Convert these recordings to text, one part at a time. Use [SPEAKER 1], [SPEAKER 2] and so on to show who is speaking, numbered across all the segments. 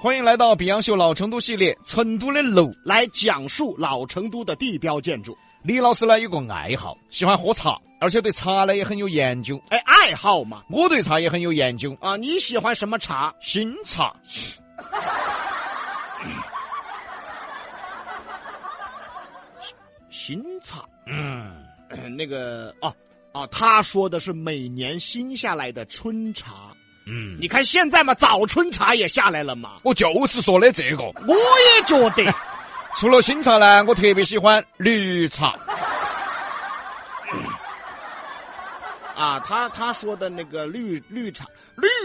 [SPEAKER 1] 欢迎来到《比洋秀老成都》系列，成都的楼。
[SPEAKER 2] 来讲述老成都的地标建筑。
[SPEAKER 1] 李老师呢有个爱好，喜欢喝茶，而且对茶呢也很有研究。
[SPEAKER 2] 哎，爱好嘛，
[SPEAKER 1] 我对茶也很有研究，
[SPEAKER 2] 啊，你喜欢什么茶？
[SPEAKER 1] 新茶。
[SPEAKER 2] 新茶。
[SPEAKER 1] 嗯，
[SPEAKER 2] 那个啊啊，他说的是每年新下来的春茶。
[SPEAKER 1] 嗯，
[SPEAKER 2] 你看现在嘛，早春茶也下来了嘛。
[SPEAKER 1] 我就是说的这个。
[SPEAKER 2] 我也觉得，
[SPEAKER 1] 除了新茶呢，我特别喜欢绿茶。
[SPEAKER 2] 啊，他他说的那个绿绿茶，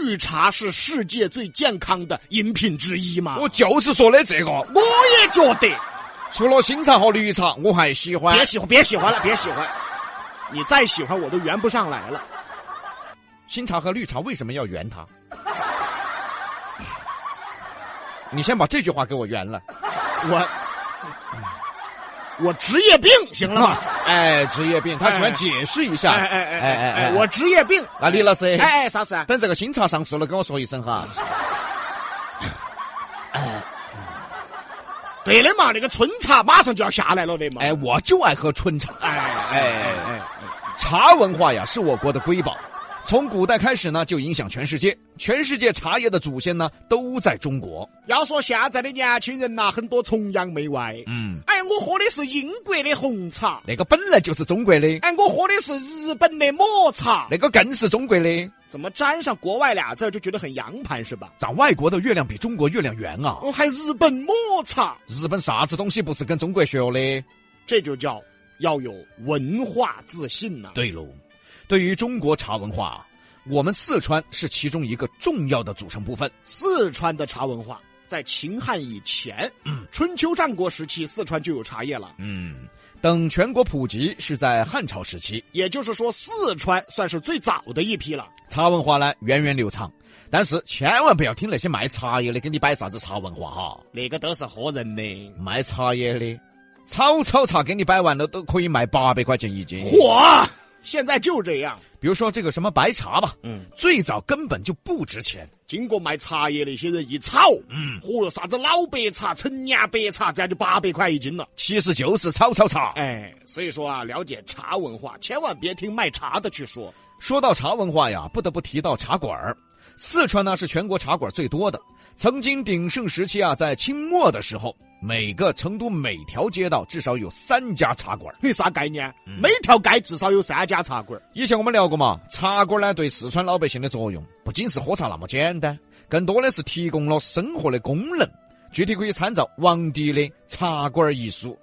[SPEAKER 2] 绿茶是世界最健康的饮品之一嘛。
[SPEAKER 1] 我就是说的这个。
[SPEAKER 2] 我也觉得，
[SPEAKER 1] 除了新茶和绿茶，我还喜欢
[SPEAKER 2] 别喜欢，别喜欢了，别喜欢，你再喜欢我都圆不上来了。
[SPEAKER 1] 新茶和绿茶。为什么要圆它？你先把这句话给我圆了。
[SPEAKER 2] 我我职业病，行了吗？
[SPEAKER 1] 哎，职业病，他喜欢解释一下。
[SPEAKER 2] 哎哎哎哎哎，
[SPEAKER 1] 我
[SPEAKER 2] 我职业病。
[SPEAKER 1] 那李老师，
[SPEAKER 2] 哎哎，啥事啊？
[SPEAKER 1] 等这个新茶上市了，跟我说一声哈。
[SPEAKER 2] 对的嘛，那个春茶马上就要下来了的嘛。
[SPEAKER 1] 哎，我就爱喝春茶。
[SPEAKER 2] 哎
[SPEAKER 1] 哎哎哎，茶文化呀是我国的瑰宝，从古代开始呢就影响全世界，全世界茶叶的祖先呢都在中国。
[SPEAKER 2] 要说现在的年轻人呐、很多崇洋媚外。
[SPEAKER 1] 嗯，
[SPEAKER 2] 哎，我喝的是英国的红茶，
[SPEAKER 1] 那个本来就是中国的，
[SPEAKER 2] 哎，我喝的是日本的抹茶。
[SPEAKER 1] 那个更是中国的。
[SPEAKER 2] 怎么沾上国外俩字儿就觉得很洋盘是吧？
[SPEAKER 1] 咱外国的月亮比中国月亮圆啊！
[SPEAKER 2] 哦，还日本抹茶，
[SPEAKER 1] 日本啥子东西不是跟中国学的？
[SPEAKER 2] 这就叫要有文化自信呐、
[SPEAKER 1] 对喽，对于中国茶文化，啊我们四川是其中一个重要的组成部分。
[SPEAKER 2] 四川的茶文化在秦汉以前，春秋战国时期，四川就有茶叶了。
[SPEAKER 1] 嗯，等全国普及是在汉朝时期，
[SPEAKER 2] 也就是说，四川算是最早的一批了。
[SPEAKER 1] 茶文化呢源远流长。但是千万不要听那些卖茶叶的给你摆啥子茶文化哈，
[SPEAKER 2] 那个都是唬人的。
[SPEAKER 1] 卖茶叶的草草茶给你摆完了都可以卖八百块钱一
[SPEAKER 2] 嗯
[SPEAKER 1] 斤。
[SPEAKER 2] 嚯，现在就这样。
[SPEAKER 1] 比如说这个什么白茶吧，
[SPEAKER 2] 嗯，
[SPEAKER 1] 最早根本就不值钱。
[SPEAKER 2] 经过卖茶叶那些人一炒，嗯，嚯哟，啥子老白茶、陈年白茶，这样就八百块一斤了。
[SPEAKER 1] 其实就是草草茶。
[SPEAKER 2] 哎，所以说啊，了解茶文化，千万别听卖茶的去说。
[SPEAKER 1] 说到茶文化呀，不得不提到茶馆儿。四川呢是全国茶馆最多的，曾经鼎盛时期啊，在清末的时候，每个成都每条街道至少有三家茶馆儿。
[SPEAKER 2] 有啥概念？每条街至少有三家茶馆儿。
[SPEAKER 1] 以前我们聊过嘛，茶馆儿呢对四川老百姓的作用，不仅是喝茶那么简单，更多的是提供了生活的功能。具体可以参照王迪的《茶馆儿》一书。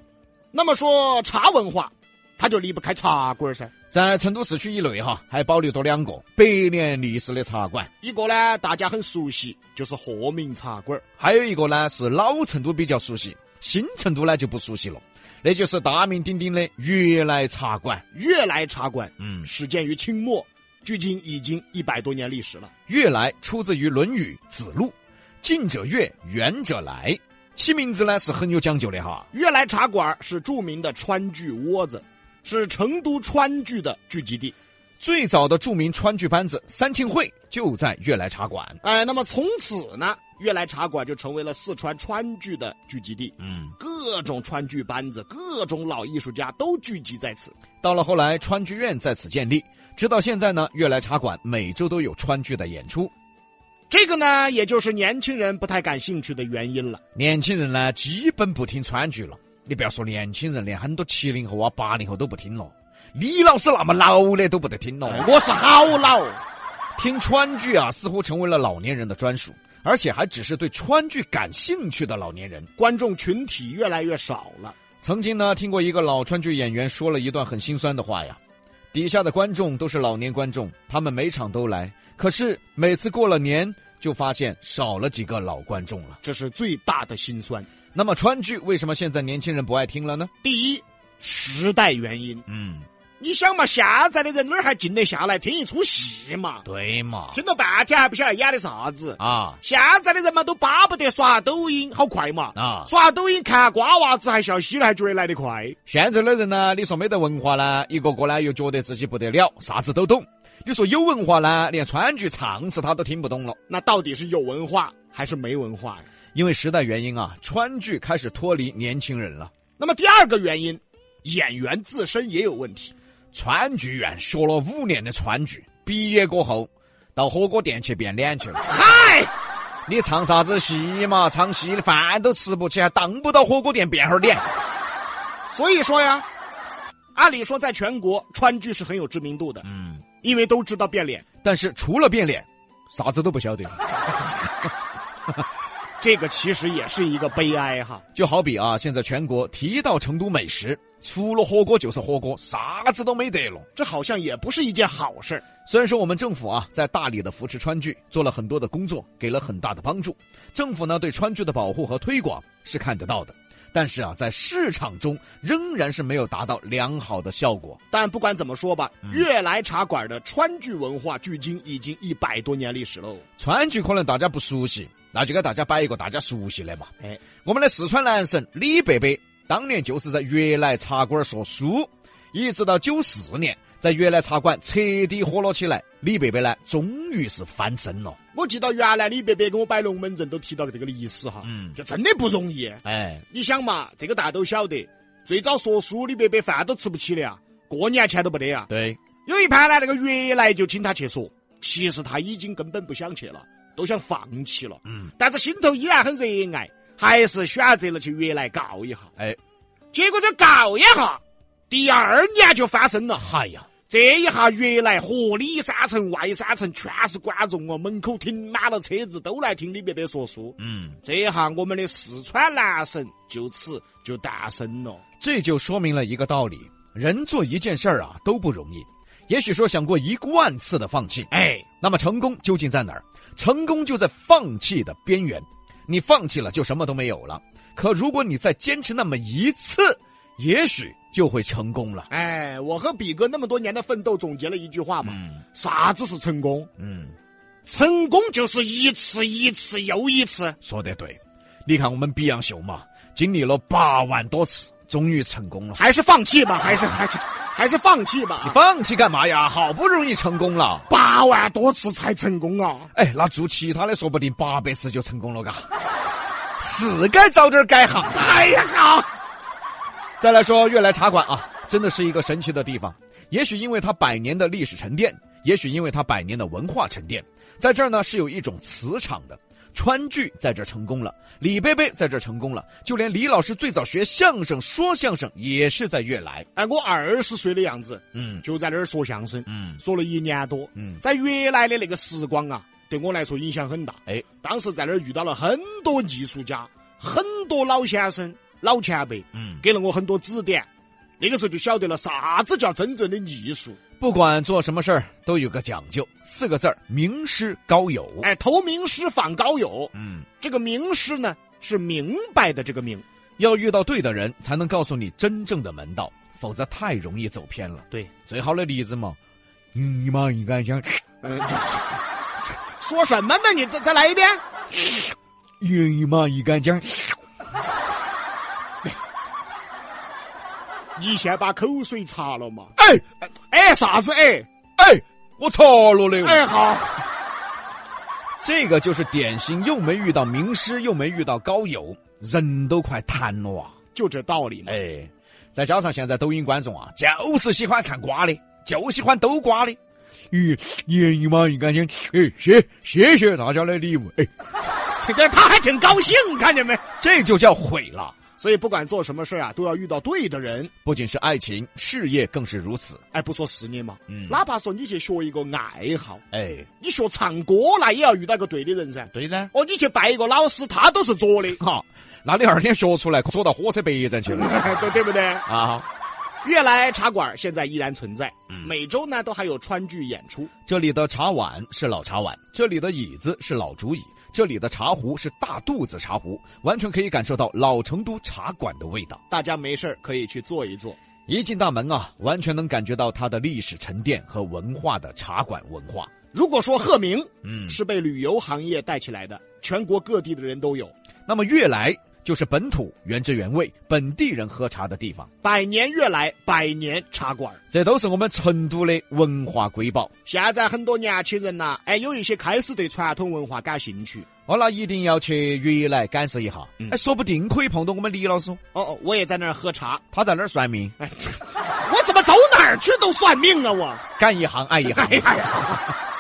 [SPEAKER 2] 那么说茶文化，它就离不开茶馆儿噻。
[SPEAKER 1] 在成都市区以内哈，还保留着两个百年历史的茶馆，
[SPEAKER 2] 一个呢，大家很熟悉，就是鹤鸣茶馆儿。
[SPEAKER 1] 还有一个呢是老成都比较熟悉，新成都呢就不熟悉了，那就是大名鼎鼎的悦来茶馆。
[SPEAKER 2] 悦来茶馆
[SPEAKER 1] 嗯，
[SPEAKER 2] 始建于清末，距今已经一百多年历史了。
[SPEAKER 1] 悦来出自于《论语·子路》，近者悦，远者来。起名字呢是很有讲究的哈。
[SPEAKER 2] 悦来茶馆儿是著名的川剧窝子，是成都川剧的聚集地。
[SPEAKER 1] 最早的著名川剧班子三庆会就在悦来茶馆。
[SPEAKER 2] 哎，那么从此呢，悦来茶馆就成为了四川川剧的聚集地，
[SPEAKER 1] 嗯，
[SPEAKER 2] 各种川剧班子、各种老艺术家都聚集在此。
[SPEAKER 1] 到了后来，川剧院在此建立，直到现在呢，悦来茶馆每周都有川剧的演出。
[SPEAKER 2] 这个呢，也就是年轻人不太感兴趣的原因了。
[SPEAKER 1] 年轻人呢，基本不听川剧了。你不要说年轻人，连很多七零后啊、八零后都不听了。李老师那么老的都不得听了。
[SPEAKER 2] 我是好老，
[SPEAKER 1] 听川剧啊，似乎成为了老年人的专属，而且还只是对川剧感兴趣的老年人。
[SPEAKER 2] 观众群体越来越少了。
[SPEAKER 1] 曾经呢，听过一个老川剧演员说了一段很心酸的话呀，底下的观众都是老年观众，他们每场都来，可是每次过了年，就发现少了几个老观众了。
[SPEAKER 2] 这是最大的心酸。
[SPEAKER 1] 那么川剧为什么现在年轻人不爱听了呢？
[SPEAKER 2] 第一，时代原因。
[SPEAKER 1] 嗯，
[SPEAKER 2] 你想嘛，现在的人哪儿还静得下来听一出戏嘛？
[SPEAKER 1] 对嘛，
[SPEAKER 2] 听了半天还不晓得演的啥子。
[SPEAKER 1] 啊
[SPEAKER 2] 现在的人嘛，都巴不得刷抖音，好快嘛！
[SPEAKER 1] 啊，
[SPEAKER 2] 刷抖音看瓜娃子还笑嘻了，还觉得来得快。
[SPEAKER 1] 现在的人呢，你说没得文化呢，一个个呢又觉得自己不得了，啥子都懂；你说有文化呢，连川剧唱词他都听不懂了。
[SPEAKER 2] 那到底是有文化还是没文化呀？
[SPEAKER 1] 因为时代原因啊，川剧开始脱离年轻人了。
[SPEAKER 2] 那么第二个原因，演员自身也有问题。
[SPEAKER 1] 川剧院学了五年的川剧，毕业过后到火锅店去变脸去了。
[SPEAKER 2] 嗨，
[SPEAKER 1] 你唱啥子戏嘛？唱戏饭都吃不起，还当不到火锅店变会儿脸。
[SPEAKER 2] 所以说呀，按理说在全国川剧是很有知名度的，
[SPEAKER 1] 嗯，
[SPEAKER 2] 因为都知道变脸。
[SPEAKER 1] 但是除了变脸，啥子都不晓得。
[SPEAKER 2] 这个其实也是一个悲哀哈。
[SPEAKER 1] 就好比啊，现在全国提到成都美食，除了火锅就是火锅，啥子都没得了。
[SPEAKER 2] 这好像也不是一件好事儿。
[SPEAKER 1] 虽然说我们政府啊在大力的扶持川剧，做了很多的工作，给了很大的帮助，政府呢对川剧的保护和推广是看得到的，但是啊在市场中仍然是没有达到良好的效果。
[SPEAKER 2] 但不管怎么说吧，悦来茶馆的川剧文化距今已经一百多年历史喽。
[SPEAKER 1] 川剧可能大家不熟悉，那就给大家摆一个大家熟悉的嘛。
[SPEAKER 2] 哎，
[SPEAKER 1] 我们的四川男神李伯伯当年就是在悦来茶馆说书，一直到九四年，在悦来茶馆彻底火了起来。李伯伯呢，终于是翻身了。
[SPEAKER 2] 我记得原来李伯伯给我摆龙门阵都提到这个历史哈，
[SPEAKER 1] 嗯
[SPEAKER 2] 就真的不容易。
[SPEAKER 1] 哎，
[SPEAKER 2] 你想嘛，这个大家都晓得，最早说书李伯伯饭都吃不起的啊，过年钱都没得啊。
[SPEAKER 1] 对，
[SPEAKER 2] 有一盘呢，那个月来就请他去说，其实他已经根本不想去了，都想放弃了，
[SPEAKER 1] 嗯，
[SPEAKER 2] 但是心头依然很热爱，还是选择了去月来告一下。
[SPEAKER 1] 哎，
[SPEAKER 2] 结果这告一下，第二年就翻身了。
[SPEAKER 1] 嗨呀，
[SPEAKER 2] 这一下越来河里三层外三层全是观众哦，门口停满了车子，都来听李伯伯说书。
[SPEAKER 1] 嗯，
[SPEAKER 2] 这一下我们的四川男神就此就诞生了。
[SPEAKER 1] 这就说明了一个道理：人做一件事儿啊都不容易，也许说想过一万次的放弃，
[SPEAKER 2] 哎，
[SPEAKER 1] 那么成功究竟在哪儿？成功就在放弃的边缘，你放弃了就什么都没有了。可如果你再坚持那么一次，也许就会成功了。
[SPEAKER 2] 哎，我和比哥那么多年的奋斗总结了一句话嘛：
[SPEAKER 1] 嗯
[SPEAKER 2] 啥子是成功？
[SPEAKER 1] 嗯，
[SPEAKER 2] 成功就是一次一次又一次。
[SPEAKER 1] 说得对。你看我们比洋秀嘛，经历了八万多次，终于成功了。
[SPEAKER 2] 还是放弃
[SPEAKER 1] 啊
[SPEAKER 2] 吧，还是还是还是放弃吧
[SPEAKER 1] 你
[SPEAKER 2] 啊。
[SPEAKER 1] 放弃干嘛呀？好不容易成功了，
[SPEAKER 2] 八万多次才成功啊！
[SPEAKER 1] 哎，那做其他的说不定八百次就成功了嘎。 是该早点改行。
[SPEAKER 2] 哎呀，
[SPEAKER 1] 再来说悦来茶馆啊，真的是一个神奇的地方。也许因为它百年的历史沉淀，也许因为它百年的文化沉淀，在这儿呢是有一种磁场的。川剧在这儿成功了，李贝贝在这儿成功了，就连李老师最早学相声、说相声也是在悦来。
[SPEAKER 2] 哎，我二十岁的样子
[SPEAKER 1] 嗯
[SPEAKER 2] 就在那儿说相声，
[SPEAKER 1] 嗯
[SPEAKER 2] 说了一年多。
[SPEAKER 1] 嗯，
[SPEAKER 2] 在原来的那个时光啊，对我来说影响很大。
[SPEAKER 1] 哎，
[SPEAKER 2] 当时在那儿遇到了很多艺术家，很多老先生、老前辈，
[SPEAKER 1] 嗯，
[SPEAKER 2] 给了我很多指点。那个时候就晓得了啥子叫真正的艺术。
[SPEAKER 1] 不管做什么事儿都有个讲究，四个字儿：名师高友。
[SPEAKER 2] 哎，投名师访高友，
[SPEAKER 1] 嗯，
[SPEAKER 2] 这个名师呢是明白的这个明。
[SPEAKER 1] 要遇到对的人，才能告诉你真正的门道，否则太容易走偏了。
[SPEAKER 2] 对，
[SPEAKER 1] 最好的例子嘛，你妈应该想，
[SPEAKER 2] 说什么呢？你再再来一遍。
[SPEAKER 1] 你妈应该讲，
[SPEAKER 2] 你先把口水擦了嘛。
[SPEAKER 1] 哎
[SPEAKER 2] 哎，啥子？哎
[SPEAKER 1] 哎，我错了嘞！
[SPEAKER 2] 哎好，
[SPEAKER 1] 这个就是典型，又没遇到名师，又没遇到高友，人都快瘫了啊！
[SPEAKER 2] 就这道理嘛。
[SPEAKER 1] 哎，再加上现在抖音观众啊，就是喜欢看瓜的，就喜欢兜瓜的。你你妈应该讲，哎，谢谢谢大家的礼物，哎，
[SPEAKER 2] 这个他还挺高兴，看见没？
[SPEAKER 1] 这就叫毁了。
[SPEAKER 2] 所以不管做什么事啊，都要遇到对的人。
[SPEAKER 1] 不仅是爱情，事业更是如此。
[SPEAKER 2] 哎，不说事业嘛，
[SPEAKER 1] 嗯
[SPEAKER 2] 哪怕说你去学一个爱好，
[SPEAKER 1] 哎，
[SPEAKER 2] 你学唱歌那也要遇到个对的人噻。
[SPEAKER 1] 对噻。
[SPEAKER 2] 哦，你去拜一个老师，他都是作的，
[SPEAKER 1] 好，那你二天学出来，说到火车北站去了
[SPEAKER 2] 对对不对？
[SPEAKER 1] 啊！
[SPEAKER 2] 悦来茶馆现在依然存在，
[SPEAKER 1] 嗯
[SPEAKER 2] 每周呢都还有川剧演出。
[SPEAKER 1] 这里的茶碗是老茶碗，这里的椅子是老竹椅，这里的茶壶是大肚子茶壶，完全可以感受到老成都茶馆的味道。
[SPEAKER 2] 大家没事儿可以去坐一坐。
[SPEAKER 1] 一进大门啊，完全能感觉到它的历史沉淀和文化的茶馆文化。
[SPEAKER 2] 如果说鹤鸣
[SPEAKER 1] 嗯
[SPEAKER 2] 是被旅游行业带起来的，全国各地的人都有。
[SPEAKER 1] 那么悦来就是本土原汁原味、本地人喝茶的地方，
[SPEAKER 2] 百年悦来百年茶馆儿。
[SPEAKER 1] 这都是我们成都的文化瑰宝。
[SPEAKER 2] 现在很多年轻人呐、哎，有一些开始对传统文化感兴趣。
[SPEAKER 1] 哦，那一定要去云来感受一下，
[SPEAKER 2] 嗯
[SPEAKER 1] 哎，说不定可以碰到我们李老师，
[SPEAKER 2] 哦哦，我也在那儿喝茶。
[SPEAKER 1] 他在那儿算命，
[SPEAKER 2] 哎，我怎么走哪儿去都算命啊我？
[SPEAKER 1] 干一行爱一行。
[SPEAKER 2] 哎呀，